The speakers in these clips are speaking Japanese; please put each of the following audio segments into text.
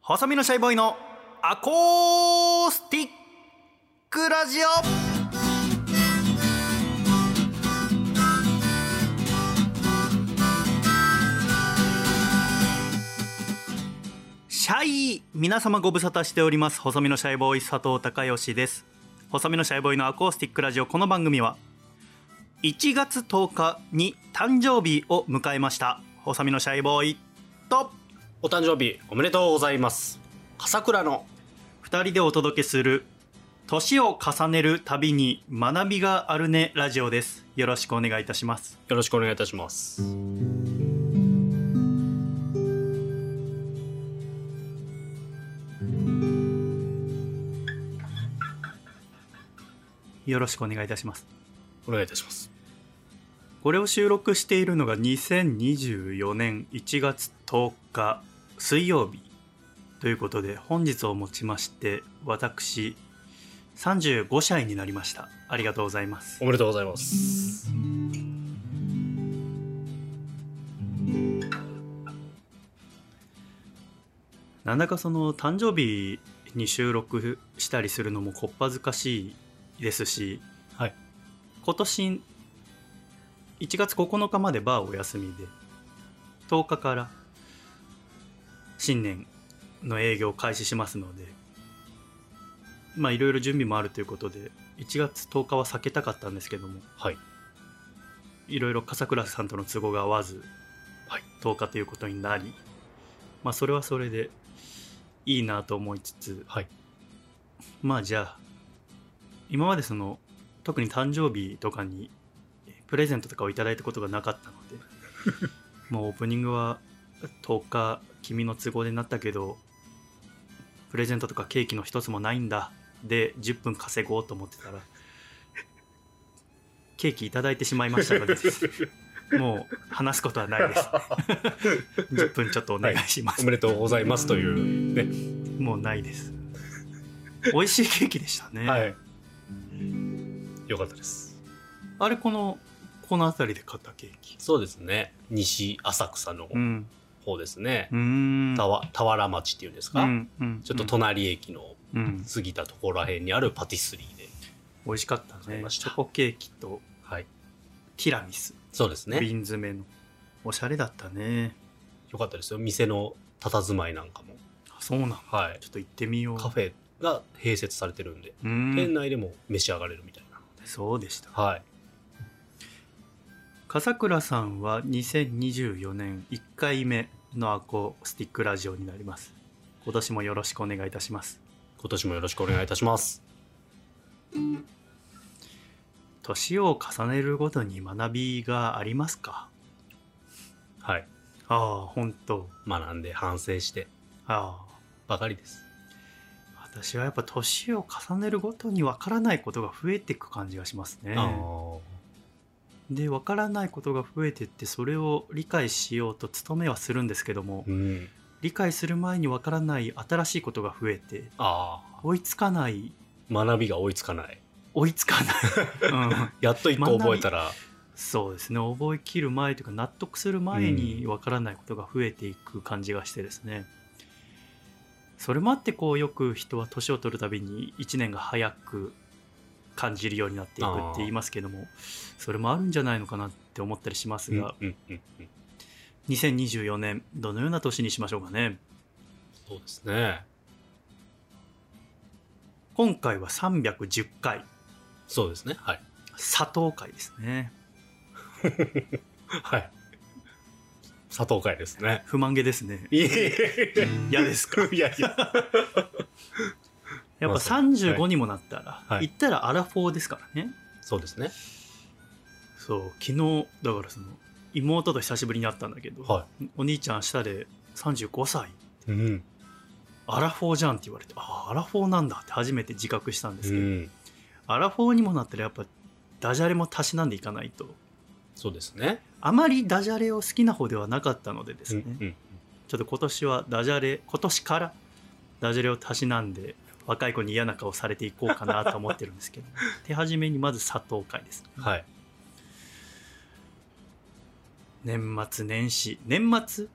細身のシャイボーイのアコースティックラジオシャイ皆様ご無沙汰しております細身のシャイボーイ佐藤孝義です細身のシャイボーイのアコースティックラジオこの番組は1月10日に誕生日を迎えました細身のシャイボーイとお誕生日おめでとうございます。笠倉の2人でお届けする年を重ねるたびに学びがあるねラジオですよろしくお願いいたしますよろしくお願いいたします。よろしくお願いいたしますお願いいたします。これを収録しているのが2024年1月10日水曜日ということで本日をもちまして私35歳になりましたありがとうございますおめでとうございます。なんだかその誕生日に収録したりするのもこっぱずかしいですし、はい今年1月9日までバーお休みで10日から新年の営業を開始しますのでまあいろいろ準備もあるということで1月10日は避けたかったんですけどもはい。 いろいろ笠倉さんとの都合が合わず、はい10日ということになり、まあ、それはそれでいいなと思いつつ、はいまあじゃあ今までその特に誕生日とかにえープレゼントとかをいただいたことがなかったので もうオープニングは10日君の都合でなったけどプレゼントとかケーキの一つもないんだで10分稼ごうと思ってた らケーキいただいてしまいましたの でもう話すことはないです10分ちょっとお願いします、おめでとうございますというね。もうないです美味しいケーキでしたね、はい。よかったです。あれこのこの辺りで買ったケーキそうですね。西浅草のうん方ですねう。ーんたわ田原町っていうんですか、うんうんちょっと隣駅のうん、うん過ぎたところらへんにあるパティスリーで。美味しかった買いねましチたョコケーキとはい。ティラミス、そうですね。瓶詰めのおしゃれだったねよかったですよ。店の佇まいなんかも。あそうなんはいちょ。っと行ってみようカフェが併設されてるんで、う店ん内でも召し上がれるみたいな。そうでしたはい。笠倉さんは2024年1回目のアコースティックラジオになります今年もよろしくお願いいたします今年もよろしくお願いいたします。年を重ねるごとに学びがありますかはい。ああ本当学んで反省してあばかりです。あ私はやっぱ年を重ねるごとにわからないことが増えていく感じがしますねあーでわからないことが増えてってそれを理解しようと努めはするんですけどもうん。理解する前にわからない新しいことが増えてあ追いつかないあ。学びが追いつかない。追いつか ない、うん、やっと一個覚えたら、そうですね覚えきる前というか納得する前に分からないことが増えていく感じがしてですね、それもあってこうよく人は年を取るたびに1年が早く感じるようになっていくって言いますけどもそれもあるんじゃないのかなって思ったりしますうんが、うんうんうん。 2024年どのような年にしましょうかねそうですね。今回は310回そうですね。はい。佐藤会ですねはい。佐藤会ですね。不満げですねいえ嫌ですかいやいや。やっぱ35にもなったら、はい言ったらアラフォーですからね、そうですね。そう昨日だからその妹と久しぶりに会ったんだけど、はお兄ちゃん下で35歳い。うん。アラフォーじゃんって言われてああアラフォーなんだって初めて自覚したんですうけど、ん。アラフォーにもなったらやっぱダジャレもたしなんでいかないとそうですね。あまりダジャレを好きな方ではなかったのでですうんね、うん。ちょっと今年はダジャレ今年からダジャレをたしなんで若い子に嫌な顔されていこうかなと思ってるんです けど手始めにまず佐藤会ですねはい。年末年始年末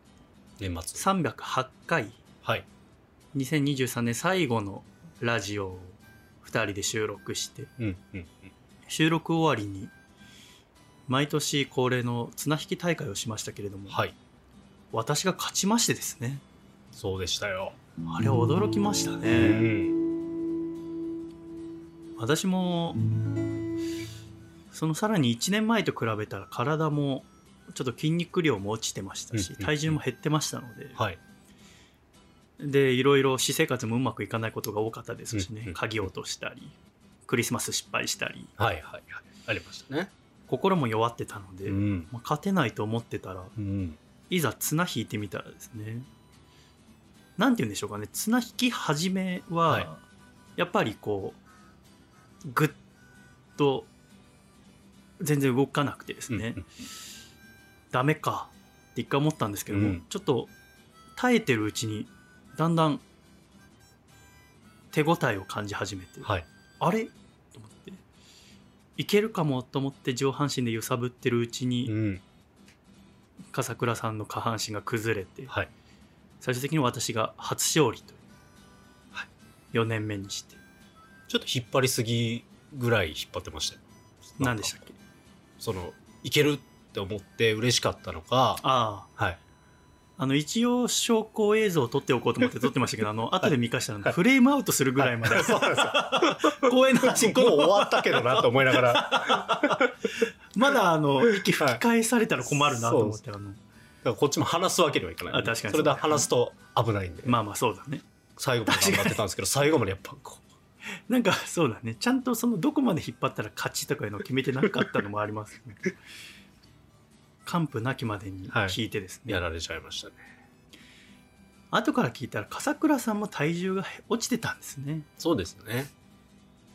年末。 308回はい。 2023年最後のラジオを2人で収録してうんうん収録終わりに毎年恒例の綱引き大会をしましたけれどうも、んはい私が勝ちましてですねそうでしたよあれは驚きましたうねん私もそのさらに1年前と比べたら体もちょっと筋肉量も落ちてましたうんしうんうん体重も減ってましたので、はいでいろいろ私生活もうまくいかないことが多かったですしうんうんうねん鍵を落としたりクリスマス失敗したりはいはいはいありましたね心も弱ってたので、うんまあ勝てないと思ってたらうんいざ綱引いてみたらですねなんて言うんでしょうかね綱引き始めは、はいやっぱりこうぐっと全然動かなくてですね、うんダメかって一回思ったんですけども、うんちょっと耐えてるうちにだんだん手応えを感じ始めて、はいあれと思っていけるかもと思って上半身で揺さぶってるうちに、うん笠倉さんの下半身が崩れて、はい最終的に私が初勝利という、はい4年目にしてちょっと引っ張りすぎぐらい引っ張ってましたよ何でしたっけけそのいけるって思って嬉しかったのかああ はいあの一応証拠映像を撮っておこうと思って撮ってましたけどあ の後で見返したらフレームアウトするぐらいまで、はそうなんですよ公演のもう端っこ 終わったけどなと思いな がらまだあの息吹き返されたら困るなと思って、あのこっちも話すわけにはいかないあ確かにそれで話すと危ないんで、まあまあそうだね最後まで頑張ってたんですけど最後までやっぱこうなんかそうだねちゃんとそのどこまで引っ張ったら勝ちとかいうのを決めてなかったのもあります ね完膚なきまでに聞いてですね、やられちゃいましたね後から聞いたら笠倉さんも体重が落ちてたんですねそうですね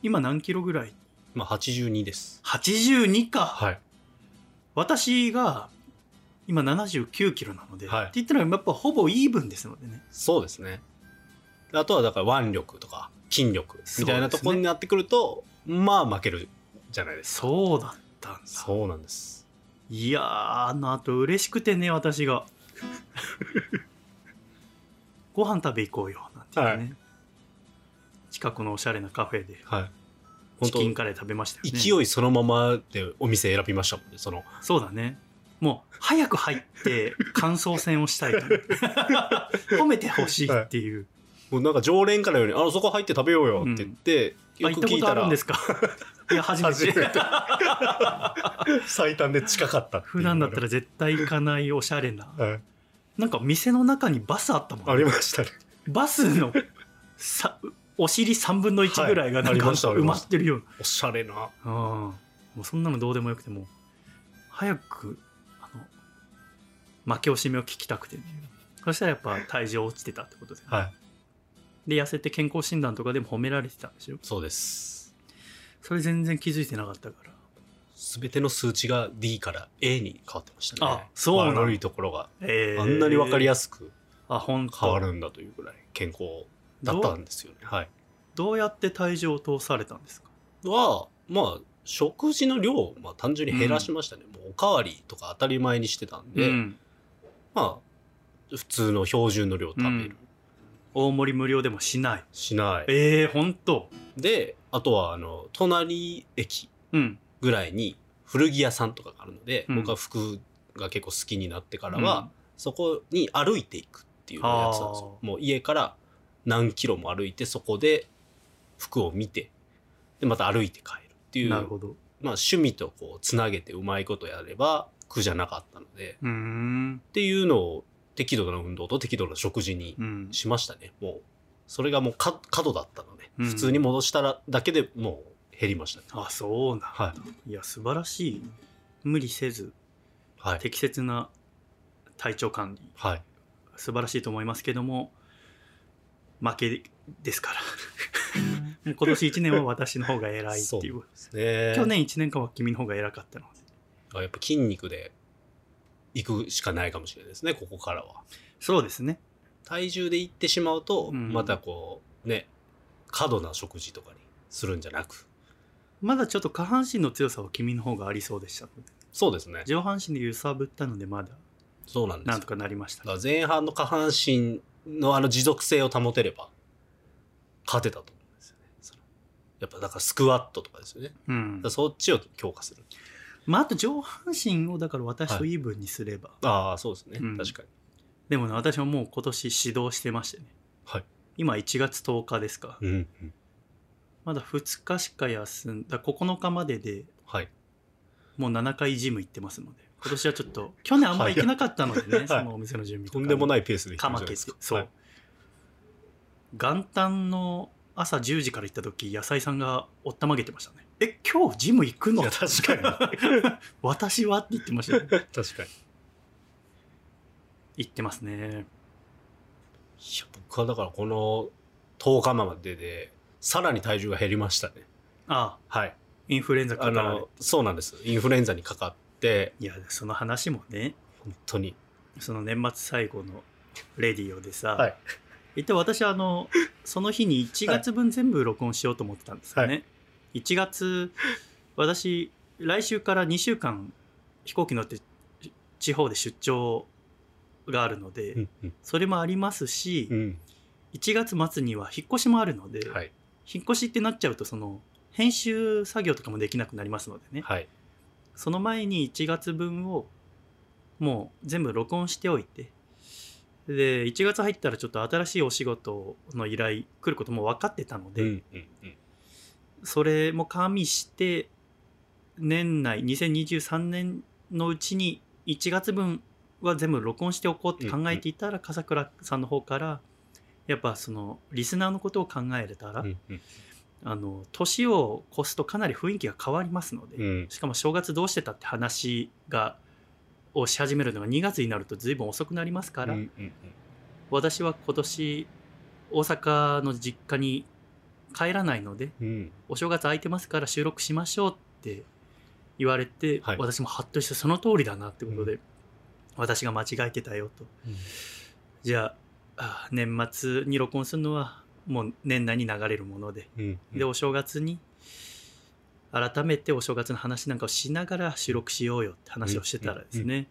今何キロぐらいまあ82です82か、はい私が今79キロなので、はいって言ったらやっぱほぼイーブンですのでねそうですねあとはだから腕力とか筋力みたいなところになってくると、まあ負けるじゃないですかそうだったんだそうなんですいやーあのあと嬉しくてね私が ご飯食べ行こうよなんて言ってね、近くのおしゃれなカフェではいチキン本カレー食べましたよ当ね勢いそのままでお店選びましたもんねそのそうだねもう早く入って感想戦をしたいと 褒めてほしいっていう、もうなんか常連からように「あのそこ入って食べようよ」って言って、あよ行っくた聞こいとあたるんらですかいや初めて初めて 最短で近かったっていう普段だったら絶対行かないおしゃれなはいなんか店の中にバスあったもんね、ありましたねバスのさお尻3分の1ぐらいがなんかはいありましたあり埋まましったてるような、おしゃれなうんもうそんなのどうでもよくてもう早くあの負け惜しみを聞きたくて、そしたらやっぱ体重落ちてたってことで、はいで痩せて健康診断とかでも褒められてたんですよそうですそれ全然気づいてなかったから全ての数値が D から A に変わってましたねあそうなの悪いところがえーあんなに分かりやすくあ本当変わるんだというぐらい健康だったんですよねはいどうやって体重を通されたんですかはまあ食事の量をまあ単純に減らしましたね、もうおかわりとか当たり前にしてたんで、うんまあ普通の標準の量食べる、うん大盛り無料でもしないしないええー、本当であとはあの隣駅うんぐらいに古着屋さんとかがあるので、うん僕は服が結構好きになってからは、そこに歩いていくっていうのをやってたんですよあもう家から何キロも歩いてそこで服を見てでまた歩いて帰るってういんうなるほどまあ、趣味とこうつなげてうまいことやれば苦じゃなかったのでうーんっていうのを適度な運動と適度な食事にうんしましたね、もうそれがもうか過度だったので、うん普通に戻したらだけでもう減りましたねあそうなんはいいや素晴らしい無理せずはい適切な体調管理はい素晴らしいと思いますけども負けですからも う今年1年は私の方が偉いっていうですね去年1年間は君の方が偉かったのであやっぱ筋肉で行くしかないかもしれないですねここからはそうですね体重で行ってしまうと、うんまたこうね過度な食事とかにするんじゃなくまだちょっと下半身の強さは君の方がありそうでしたのでそうですね上半身で揺さぶったのでまだそうなんですなんよとかなりましただから前半の下半身のあの持続性を保てれば、勝てたと思うんですよね。そのやっぱだからスクワットとかですよね。だかうんらそっちを強化する。まあ、あと上半身をだから私とイーブンにすれば、ああ、そうですね。うん確かに。でもね私はもう今年指導してましてね、はい今1月10日ですか、うん、うん。まだ2日しか休んだ9日までではい。もう7回ジム行ってますので今年はちょっと去年あんまり行けなかったのでね、はいそのお店の準備ととかんでもないいペースでかるまじゃけないてですかそう、はい元旦の朝10時から行った時野菜さんがおったまげてましたねえ今日ジム行くのいや確か 私はって言ってましたね確かに。い行ってますねや、僕はだからこの10日までで、さらに体重が減りましたね。ああはい。インフルエンザかあかられの、そうなんです。インフルエンザにかかって、いやその話もね本当に。その年末最後のレディオでさ、はい一体私はあのその日に1月分全部録音しようと思ってたんですよね、は1月私来週から2週間飛行機乗って地方で出張があるので、うん、うん。それもありますし、うん。 1月末には引っ越しもあるので、はい。引っ越しってなっちゃうとその編集作業とかもできなくなりますのでね、はい。その前に1月分をもう全部録音しておいてで1月入ったらちょっと新しいお仕事の依頼来ることも分かってたので、うん、うん、うん。それも加味して年内2023年のうちに1月分は全部録音しておこうって考えていたら笠倉さんの方からやっぱそのリスナーのことを考えれたら、うん、うん。あの年を越すとかなり雰囲気が変わりますので、うん。しかも正月どうしてたって話がをし始めるのが2月になると随分遅くなりますかうん、ら、うんうん。私は今年大阪の実家に帰らないのでうん。お正月空いてますから収録しましょうって言われて、はい私もハッとしてその通りだなってことで、私が間違えてたよとじゃああ年末に録音するのはもう年内に流れるものでうん。うんでお正月に改めてお正月の話なんかをしながら収録しようよって話をしてたらですうんうね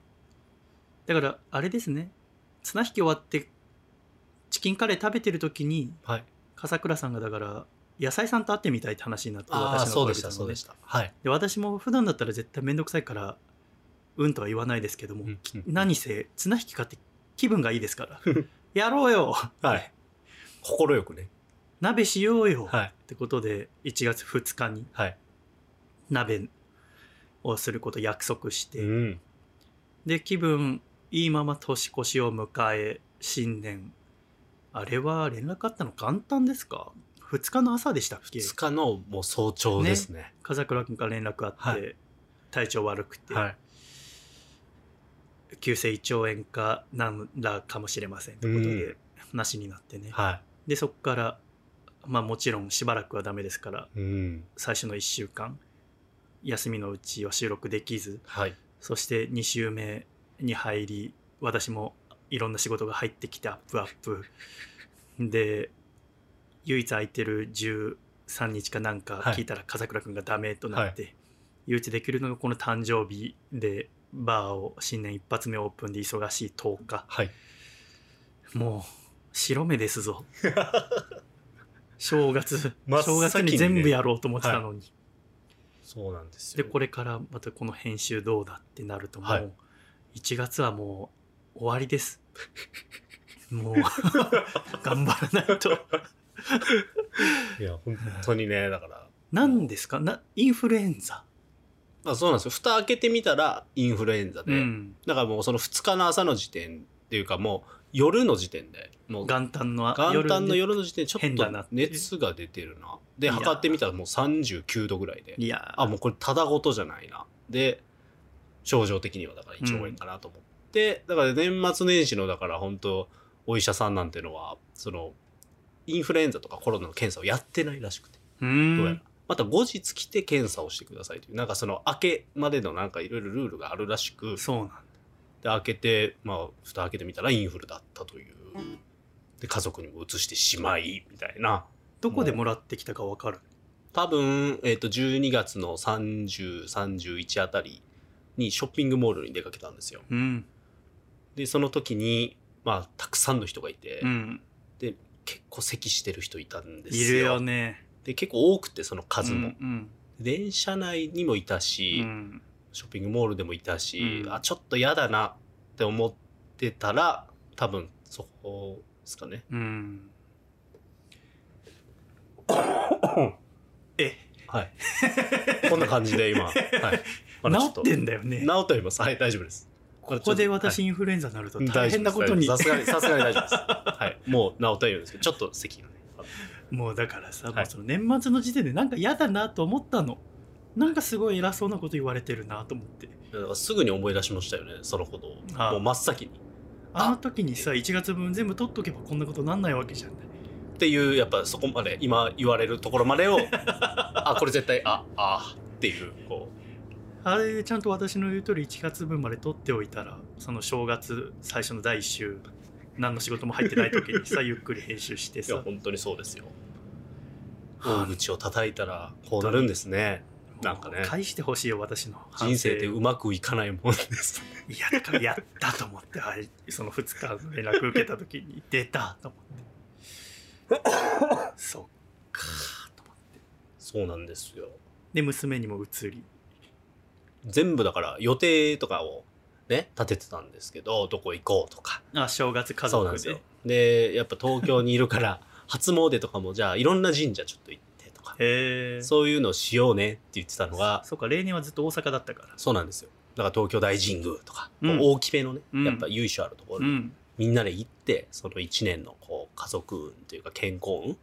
だからあれですね綱引き終わってチキンカレー食べてる時にはい。笠倉さんがだから野菜さんと会ってみたいって話になってああ、私のそう声で出した、のそうでした。はい。で私も普段だったら絶対面倒くさいからうんとは言わないですけども、うんうん何せ綱引き買って気分がいいです からやろうよはい。心よくね。鍋しようよ、はい。ってことで1月2日にはい。鍋をすることを約束して、うん。で気分いいまま年越しを迎え新年あれは連絡あったの簡単ですか2日の朝でしたっけ2日のもう早朝ですね。風倉君から連絡あって、は体調悪くて、はい。急性胃腸炎かなんらかもしれませんということで、話になってね、はでそこからまあもちろんしばらくはダメですからい。うん。最初の1週間休みのうちは収録できずはい。そして2週目に入り私もいろんな仕事が入ってきてアップアップで唯一空いてる13日かなんかはい聞いたら風倉君がダメとなって、唯一できるのがこの誕生日でバーを新年一発目オープンで忙しい10日はい。もう白目です ぞ正月、真っ先正にね月に全部やろうと思ってたのに、そうなんですでよ。これからまたこの編集どうだってなるともはいう1月はもう終わりです、 もう 頑張らないといや、本当にね、だから。何ですかなインフルエンザ、まあそうなんですよ。蓋開けてみたらインフルエンザで。うんだからもうその2日の朝の時点っていうかもう夜の時点で、もう元旦のあ元旦ので夜の時点でちょ変っだなっとて熱が出てるな。で、いや測ってみたらもう39度ぐらいで。いやあ、もうこれただごとじゃないな。で、症状的にはだから1兆円かなと思って、だから年末年始のだから本当お医者さんなんてのは、その、インフルエンザとかコロナの検査をやってないらしくて、うどうやんら。また後日来て検査をしてくださいという、なんかその明けまでのなんかいろいろルールがあるらしく、そうなんだで開けてまあ蓋開けてみたらインフルだったというで家族にも移してしまいみたいなどこでもらってきたか分かる多分、えっと12月の3031あたりにショッピングモールに出かけたんですようんでその時にまあ、たくさんの人がいて、うん。結構咳してる人いたんですいよ。るよね。で、結構多くて、その数も。うん。電車内にもいたうし、ん。ショッピングモールでもいたし、うんあ、ちょっと嫌だなって思ってたら、多分、そこですかね。 うん。え、はい。 こんな感じで今、はい。まだちょ治ってんだよね。治っております。はい、大丈夫です。こここで私インフルエンザになると大大丈夫変なことにです。さすがに、さすがに大丈夫です。はい。もう治ったようですけど、ちょっと咳がね。もうだからさ、はいもうその年末の時点でなんか嫌だなと思ったのなんかすごい偉そうなこと言われてるなと思ってだからすぐに思い出しましたよね、そのことを。ああもう真っ先に。ああの時にさ1月分全部取っとけばこんなことなんないわけじゃないっていう、やっぱそこまで、今言われるところまで を、あ、これ絶対、あ、あ、っていう、こあれでちゃんと私の言う通り1月分まで取っておいたらその正月最初の第1週何の仕事も入ってない時にさ ゆっくり編集してう、いや、さ本当にそうですよ。大は口を叩いたら、こうなるんですね。あなんかねもう返してほしいよ私の反省人生でうまくいかないもんです。いやだからやったと思ってあれその2日の連絡受けた時に出たと思 ってそっかと思ってそうなんですよ。で娘にも移り全部だから予定とかをね、立ててたんですけど、どこ行こうとか。あ正月家そうなんで族すよで。で、やっぱ東京にいるから、 初詣とかも、じゃあいろんな神社ちょっと行ってとか、へえそそういうのしようねって言ってたのが、うか例年はずっと大阪だったからそうなんですよ。だから東京大神宮とか、うん大きめのね、うんやっぱ由緒あるところうに、んみんなで行って、その一年のこう家族運というか健康運、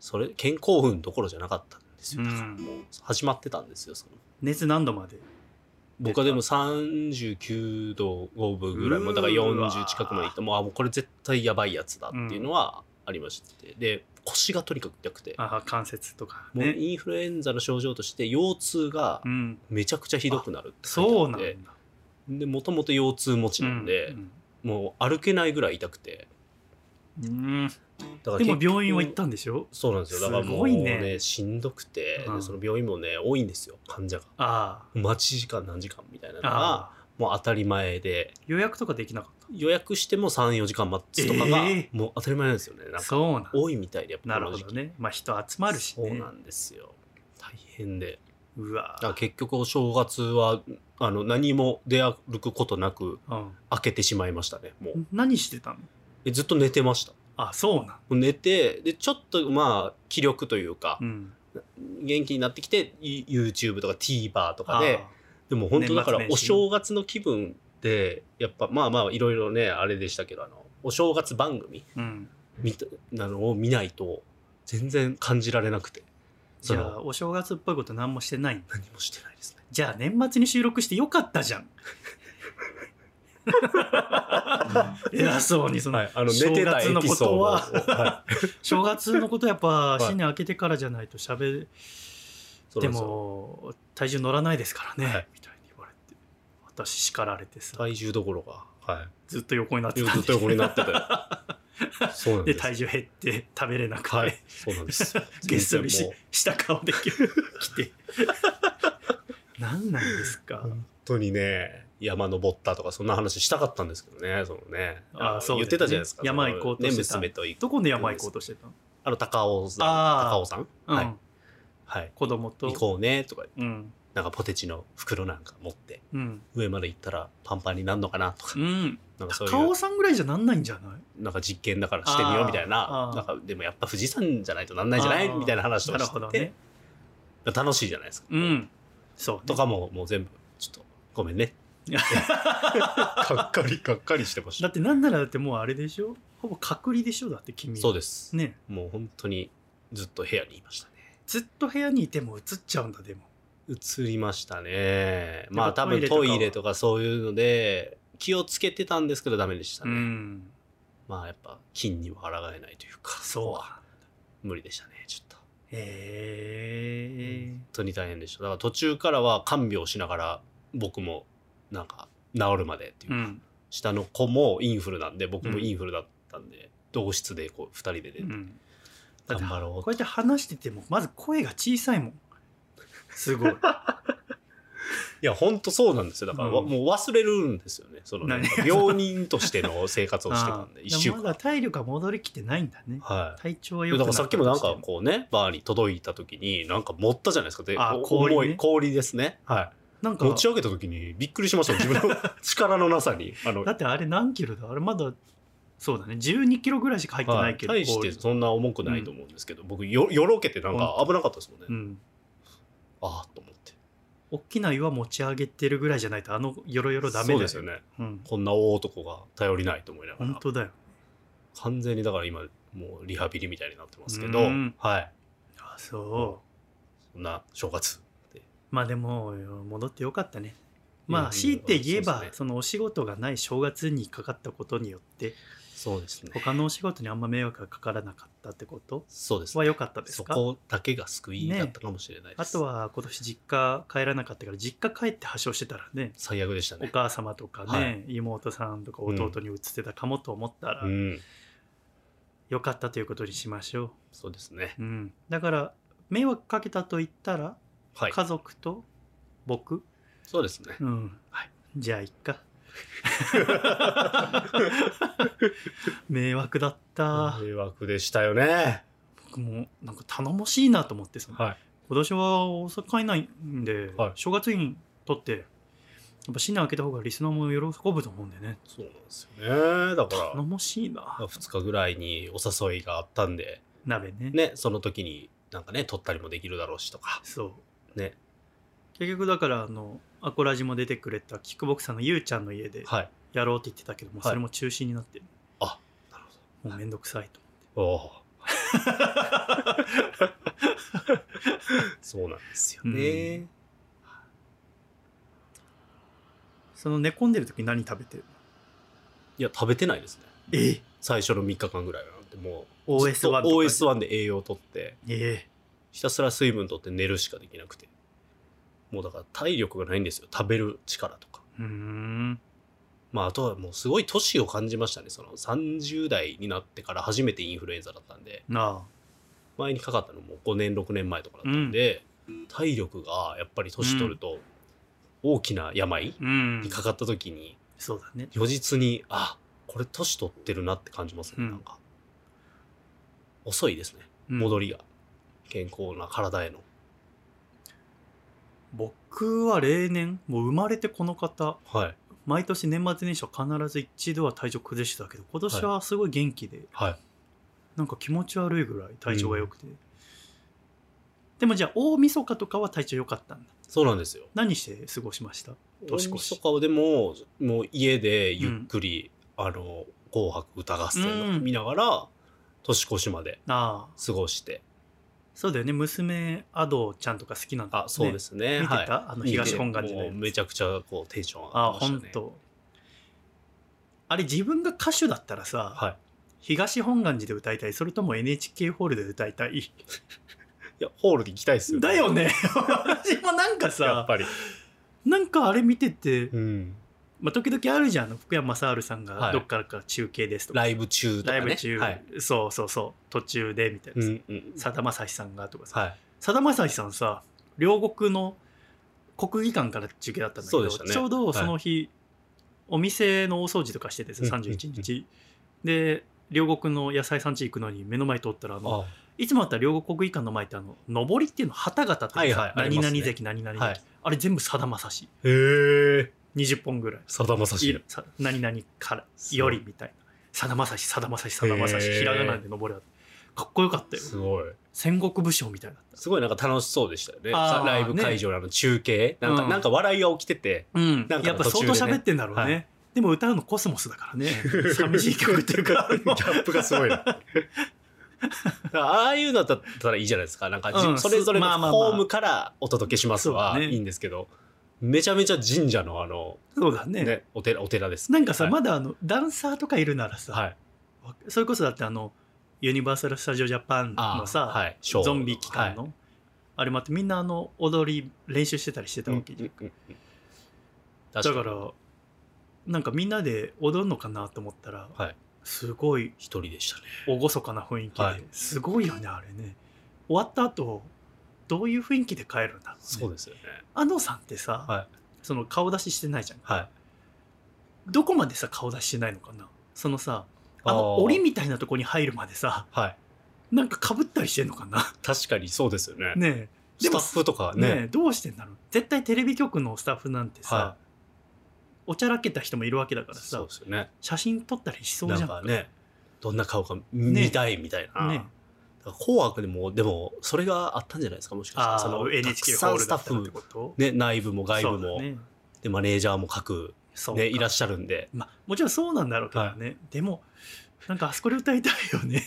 それ、健康運どころじゃなかったんですよ。だからうんもう始まってたんですよ、その。熱何度まで僕はでも39度5分ぐらい、もうだからうーわ40近くまで行って、もうあもうこれ絶対やばいやつだっていうのはありまして、で、腰がとにかく痛くて、あ関節とかもうねインフルエンザの症状として腰痛がうんめちゃくちゃひどくなるって書いてあそうっなんだてで、もともと腰痛持ちなんで、うんもう歩けないぐらい痛くて、うんだからでも結局病院は行ったんでしょそうなんですよ。だからすもうごいね、ねしんどくて、でうんその病院もね、多いんですよ、患者が。あ待ち時間何時間みたいなのあが、ああもう当たり前で、予約とかできなかっ予約しても34時間待つとかが、えもう当たり前なんですよねたなんかそうなんだ多いみたいでやっなぱるほどねまあ人集まるしそうねなんですよ大変でうわだから結局お正月はあの何も出歩くことなくう開けてしまいましたねもうん何してたのえずっと寝てましたあそうなんだ寝てでちょっとまあ気力というかう、ん元気になってきて YouTube とか TVer とかあであでも本当だから年末お年始ね正月の気分ってやっぱまあまあいろいろねあれでしたけどあのお正月番組うんみたなのを見ないと全然感じられなくてじそゃのあお正月っぽいこと何もしてないんだ何もしてないですねじゃあ年末に収録してよかったじゃん 偉そうにその、はいあの正寝てたエ月のピこソードとをはは正月のことやっぱい新年明けてからじゃないと喋る、いでも体重乗らないですからね、はいみたいに言われて私叱られてさ体重どころがはい ずっと横になってたんでずっと横になってたよそうなんでです体重減って食べれなくて、はいそうな んですげっそりし全然もした顔でき来 て何なんですうか、本当にね山登ったとかそんな話したかったんですけどねそのねあのそうだよね言ってたじゃないですか山行こうとしてたね娘と行くどこの山行こうとしてたの、あの高尾さんあー高尾さんうんはいはい子供と行こうねとかうんなんかポテチの袋なんか持ってうん上まで行ったらパンパンになるのかなとかうんなんかそういう高尾さんぐらいじゃなんないんじゃないなんか実験だからしてみようみたいあなーあーなんかでもやっぱ富士山じゃないとなんないんじゃないあーみたいな話となかるしほどてねて、楽しいじゃないですか、うんそうね、とかももう全部ちょっとごめんね がっかりがっかりしてましだってなんならだってもうあれでしょほぼ隔離でしょだって君そうです、ねもう本当にずっと部屋にいましたねずっと部屋にいても映っちゃうんだでも映りましたねまあ多分やっぱトトイレとかはイレとかそういうので気をつけてたんですけどダメでしたうね、んまあやっぱ菌には抗えないというかそう無理でしたねちょっとへえ本当に大変でしただから途中からは看病しながら僕もなんか治るまでっていううか、ん下の子もインフルなんで僕もインフルだったんで、同室でこう2人でうね、んだっ頑て張ろ うこうやって話しててもまず声が小さいもんすごいいや、ほんとそうなんですよ。だから、わうんもう忘れるんですよね。その、何なんか病人としての生活をしてたん で、あー一週ま間。だ体力が戻りきてないんだね。はい。体調はい良やくだなかたらさっきもなんかとしてこうね、バーに届いた時に、なんか持ったじゃないですか。で、あお氷ね重い氷ですね。はい。なんか持ち上げた時にびっくりしました自分の力のなさにあのだってあれ何キロだあれまだそうだね12キロぐらいしか入ってないけど、はい大して氷そんな重くないと思うんですけど、僕よよろけてなんか危なかったですもんね、うんああと思って大きな岩持ち上げてるぐらいじゃないとあのヨロヨロダメだそようですよねうん、こんな大男が頼りないと思いなが本ら当だよ完全にだから今もうリハビリみたいになってますけど、うんはいあそそんな正月うまあでもよ戻ってよかったねいまやあ強いて言えばそうそ,、ですねのお仕事がない正月にかかったことによってそうですね他のお仕事にあんま迷惑がかからなかったってことそうですはね良かったですそかこだけが救いだったかもしれないであす、とは今年実家帰らなかったから実家帰って発症してたらね最悪でしたおね母様とかね、は妹さんとか弟に移ってたかもと思ったら、うんよかったということにしましょそうですねう、うん、だから迷惑かけたと言ったら、はい家族と僕、そうですねうんはいじゃあいっ か迷惑だった迷惑でしたよね僕もなんか頼もしいなと思ってそのはい今年は大阪いないんで、はい正月にとってやっぱ新年明けた方がリスナーも喜ぶと思うんでねそうなんですよねだから頼もしいな2日ぐらいにお誘いがあったんで、鍋ねね、その時になんかね、撮ったりもできるだろうしとか。そうね結局だからあのアコラジも出てくれたキックボクサーのゆうちゃんの家ではい。やろうって言ってたけども、はいそれも中止になってなるもうめんどくさいとほど。おお。そうなんですようね。その寝込んでる時何食べてるいや、食べてないですね。え最初の3日間ぐらいはなんて、もう、 OS1 ずっととかで OS1 で栄養を取って、えひたすら水分取って寝るしかできなくて。もうだから体力がないんですよ。食べる力とか。うーんまあ、あとはもうすごい年を感じましたね。その30代になってから初めてインフルエンザだったんで、なあ前にかかったのも5年6年前とかだったんで、体力がやっぱり年取ると大きな病うんにかかった時にそうだね如実にあこれ年取ってるなって感じますね、うんなんか遅いですね戻りが健康な体への僕は例年もう生まれてこの方はい毎年年末年始は必ず一度は体調崩してたけど今年はすごい元気で、はいなんか気持ち悪いぐらい体調が良くて、でもじゃあ大晦日とかは体調良かったんだそうなんですよ何して過ごしました年越しとかはでももう家でゆっくり、あの「紅白歌合戦」を見ながら、年越しまでああ過ごしてそうだよね娘アドちゃんとか好きなんだ、ね、あそうですね見てた、はいあの東本願寺もうでめちゃくちゃこうテンション上あがあってました本ね当あれ自分が歌手だったらさ、はい東本願寺で歌いたいそれとも NHK ホールで歌いたいいやホールで行きたいですよ、だよね 私もなんかやっさぱりなんかあれ見てて、うんまあ、時々あるじゃんあの福山雅治さんはがいどっからか中継ですとか、ライブ中とかラねイブ中、はいそうそうそう途中でみたいうなさんうんさだまさしさんがとかさはいさだまさしさんさ両国の国技館から中継だったんだけそうど、でしたねちょうどその日、お店の大掃除とかしててさうん31日、で両国の野菜産地行くのに目の前通ったらあのあいつもあったら両国国技館の前ってあの上りっていうの旗が立ってはいるはいさあり何ますね々関何々関、はいあれ全部さだまさしへえ20本ぐらい。さだまさいしるさ何々からよりみたいなさだまさしさだまさしさだまさしへーひらがなで登り合ってかっこよかったよすごい戦国武将みたいだったすごいなんか楽しそうでしたよねあーさライブ会場のあの中継、なんかうんなんか笑いが起きててうんなんかやっぱ途相中で当ね喋ってんだろうねはいでも歌うのコスモスだから ね寂しい曲っていうかあギャのップがすごいなだからああいうのだったらいいじゃないですかなんかじ、うんそれぞれのまあまあまあホームからお届けしますそはうだねいいんですけど、めちゃめちゃ神社のあのそうだねねお寺お寺ですなんかさ、はいまだあのダンサーとかいるならさ、はいそれこそだってあのユニバーサル・スタジオ・ジャパンあのさ、はい、ショーゾンビ期間の、はあれもあってみんなあの踊り練習してたりしてたいわけじゃんうんうんうんだか確からなんかみんなで踊るのかなと思ったら、はいすごい一人でしたね厳かな雰囲気で、はいすごいよねあれね終わった後どういう雰囲気で帰るんだろうねそうですよね。あのさんってさ、はいその顔出ししてないじゃんはい。どこまでさ顔出ししてないのかなそのさあのー檻みたいなとこに入るまでさはい。なんかかぶったりしてんのかな確かにそうですよね。ねでスタもッフとかえねね。えどうしてんだろう絶対テレビ局のスタッフなんてさ、はおちゃらけた人もいるわけだからい。さそうですよね。写真撮ったりしそうなじゃんんかね、どんな顔か見たいみたいな。ねだから紅白でも、でも、それがあったんじゃないですか、もしかしあたら。あその NHK たくさホーんルスタだったらッってフ、ことね、内部も外部そうも、だねで、マネージャーも各、そうかね、いらっしゃるんで、まあもちろんそうなんだろうけどね、でもなんかあそこで歌いたいよね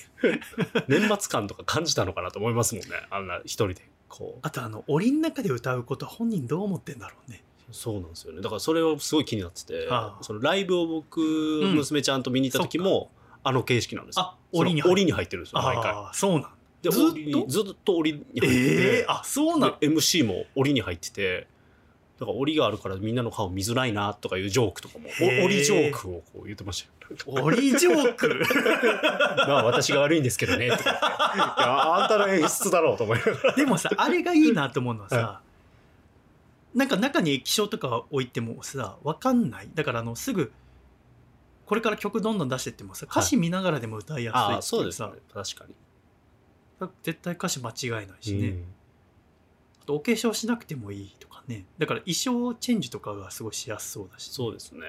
年末感とか感じたのかなと思いますもんね。あんな一人で、こう。あとあの檻の中で歌うこと本人どう思ってんだろうねそうなんですよね。だからそれはすごい気になっててあ、あそのライブを僕、ん娘ちゃんと見に行った時も、あの形式なんですよ。あ檻に入そのる檻に入ってるんですよ、毎回。ああそうなんだで、ずっと檻にずっと檻に入ってえてえ、あそうなんだで MC も檻に入っててだから檻があるからみんなの顔見づらいなとかいうジョークとかもへーお檻ジョークをこう言ってましたよ檻ジョーク まあ私が悪いんですけどねとか言っていやあんたの演出だろうと思いなが らでもさあれがいいなと思うのはさ、はなんか中に液晶とか置いてもさわかんないだからあのすぐこれから曲どんどん出してってもさ歌詞見ながらでも歌いやすいっていああそうですさね、確かに、絶対歌詞間違いないしね、あとお化粧しなくてもいいとかねだから衣装チェンジとかがすごいしやすそうだしそうですね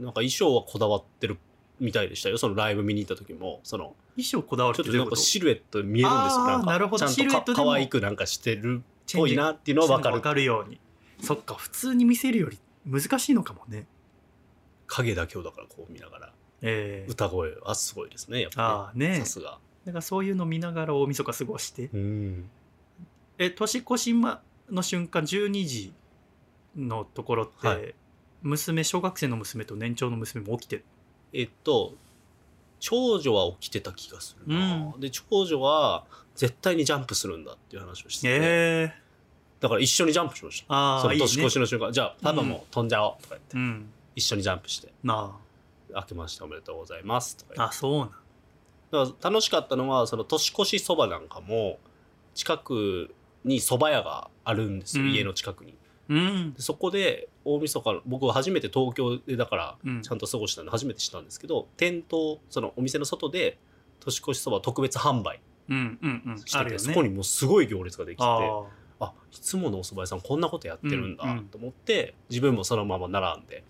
なんか衣装はこだわってるみたいでしたよそのライブ見に行った時もその衣装こだわるちょっってとどういうなんことかシルエット見えるんですよあーんかなるほどちシゃんルエットとでかも可愛くなんかしてるっチェンぽジいがなっていうのは分かわるかるようにそっか普通に見せるより難しいのかもね影だけをだからこう見ながらええ歌声はすごいですねやっぱああねりえねさすがだからそういうの見ながら大晦日過ごしてうんえ年越しまの瞬間12時のところって、はい娘小学生の娘と年長の娘も起きてるえっと長女は起きてた気がするな、うで長女は絶対にジャンプするんだっていう話をしてて、ええだから一緒にジャンプしましたあそあのいいね年越しの瞬間じゃあパパも飛んじゃおうとか言って、うん一緒にジャンプしてな「明けましておめでとうございます」とか言あっあそうなんてだから楽しかったのはその年越しそばなんかも近くに蕎麦屋があるんですよ、うん家の近くにうんでそこで大晦日の僕は初めて東京でだからうんちゃんと過ごしたんで初めて知ったんですけど店頭そのお店の外で年越しそば特別販売うんうんうんしてあて、るよねそこにもうすごい行列ができててああーいつものお蕎麦屋さんこんなことやってるんだうんうんと思って、自分もそのまま並んで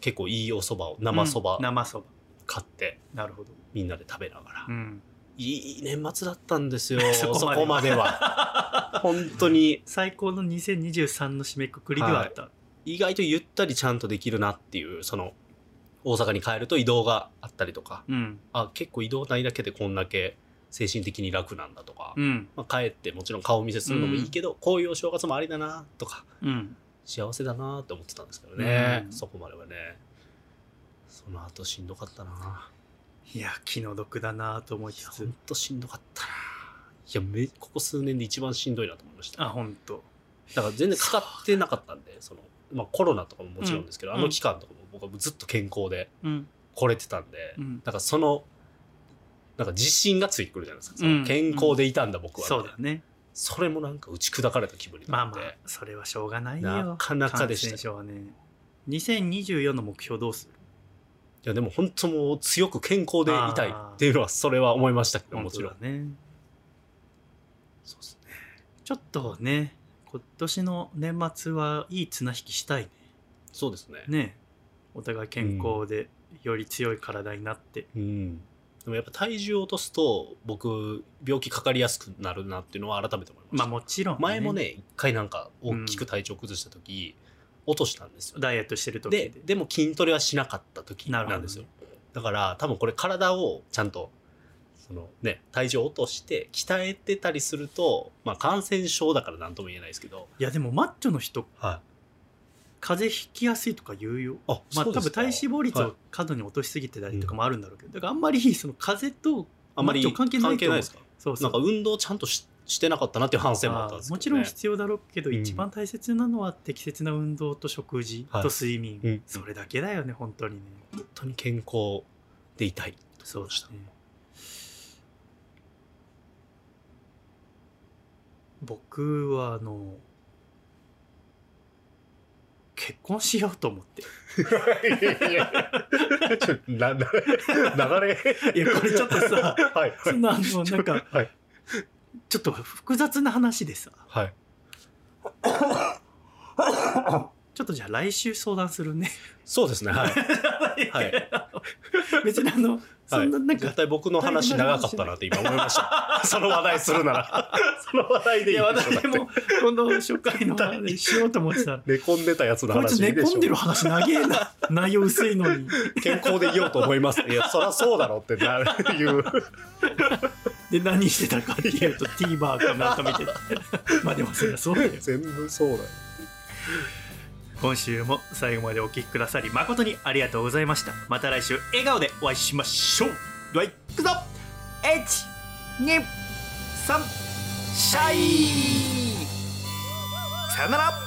結構いいお蕎麦を生そばうん生そば買って、なるほどみんなで食べながら、うんいい年末だったんですよそ そこまではこまでは 本当に最高の2023の締めくくりではあった、意外とゆったりちゃんとできるなっていうその大阪に帰ると移動があったりとかうんあ結構移動内だけでこんだけ精神的に楽なんだとか、うんまあ、帰ってもちろん顔見せするのもいいけど、こういうお正月もありだなとかうん幸せだなって思ってたんですけどね、うんそこまではねその後しんどかったないや気の毒だなと思いいつやほつんとしんどかったないやめここ数年で一番しんどいなと思いましたあ本当だから全然かかってなかったんでその、まあ、コロナとかももちろんですけど、うんあの期間とかも僕はずっと健康でうん来れてたんで、うんなんかそのなんか自信がついてくるじゃないですか、そのうん健康でいたんだ僕はみたいそな、うだねそれもなんか打ち砕かれた気分にまなあっまて、あそれはしょうがないよなかなかでした感染症はね2024の目標どうするいやでも本当もう強く健康でいたいっていうのはそれは思いましたけどもちろん、本当だねそうですねちょっとね今年の年末はいい綱引きしたいそうですねねねお互い健康でより強い体になって、うんでもやっぱ体重を落とすと僕病気かかりやすくなるなっていうのは改めて思いましまた、あもちろん、前もね一回なんか大きく体調崩した時、落としたんですよダイエットしてる時ででも筋トレはしなかった時なるほどなんですよだから多分これ体をちゃんとそのね体重を落として鍛えてたりするとまあ感染症だから何とも言えないですけどいやでもマッチョの人は風邪ひきやすいとか言うよいあまあ多分体脂肪率はいを過度に落としすぎてたりとかもあるんだろうけど、だからあんまりその風邪とあんまりマッチョ関関係係なないいと思うですかそうそなうんか運動ちゃんとししてなかったなっていう反省もあったんですけど、ね、もちろん必要だろうけど、うん一番大切なのは適切な運動と食事はいと睡眠、うんそれだけだよね本当にね本当に健康でいたいそうでしたね僕はあの結婚しようと思って いや いやちょなな流れいやこれちょっと さはいはそいのあのなんかはいちょっと複雑な話でさはいちょっとじゃあ来週相談するねそうですねはいはい 別にあのそんななんか、絶対僕の話長かったなって今思いましたその話題する ならその話題い、でいいやでしょ私だっても今度初回 の話しようと思ってた寝込んでたやつのこい話つい寝いでし込ょんでる話長えな 内容薄いのに健康でいようと思いますいやそりゃそうだろってないうで何してたかっていうと TVer かなんか見てた まあでもそりゃそうだよ全部そうだよ今週も最後までお聞きくださり誠にありがとうございましたまた来週笑顔でお会いしましょうではいくぞ123シャイさよなら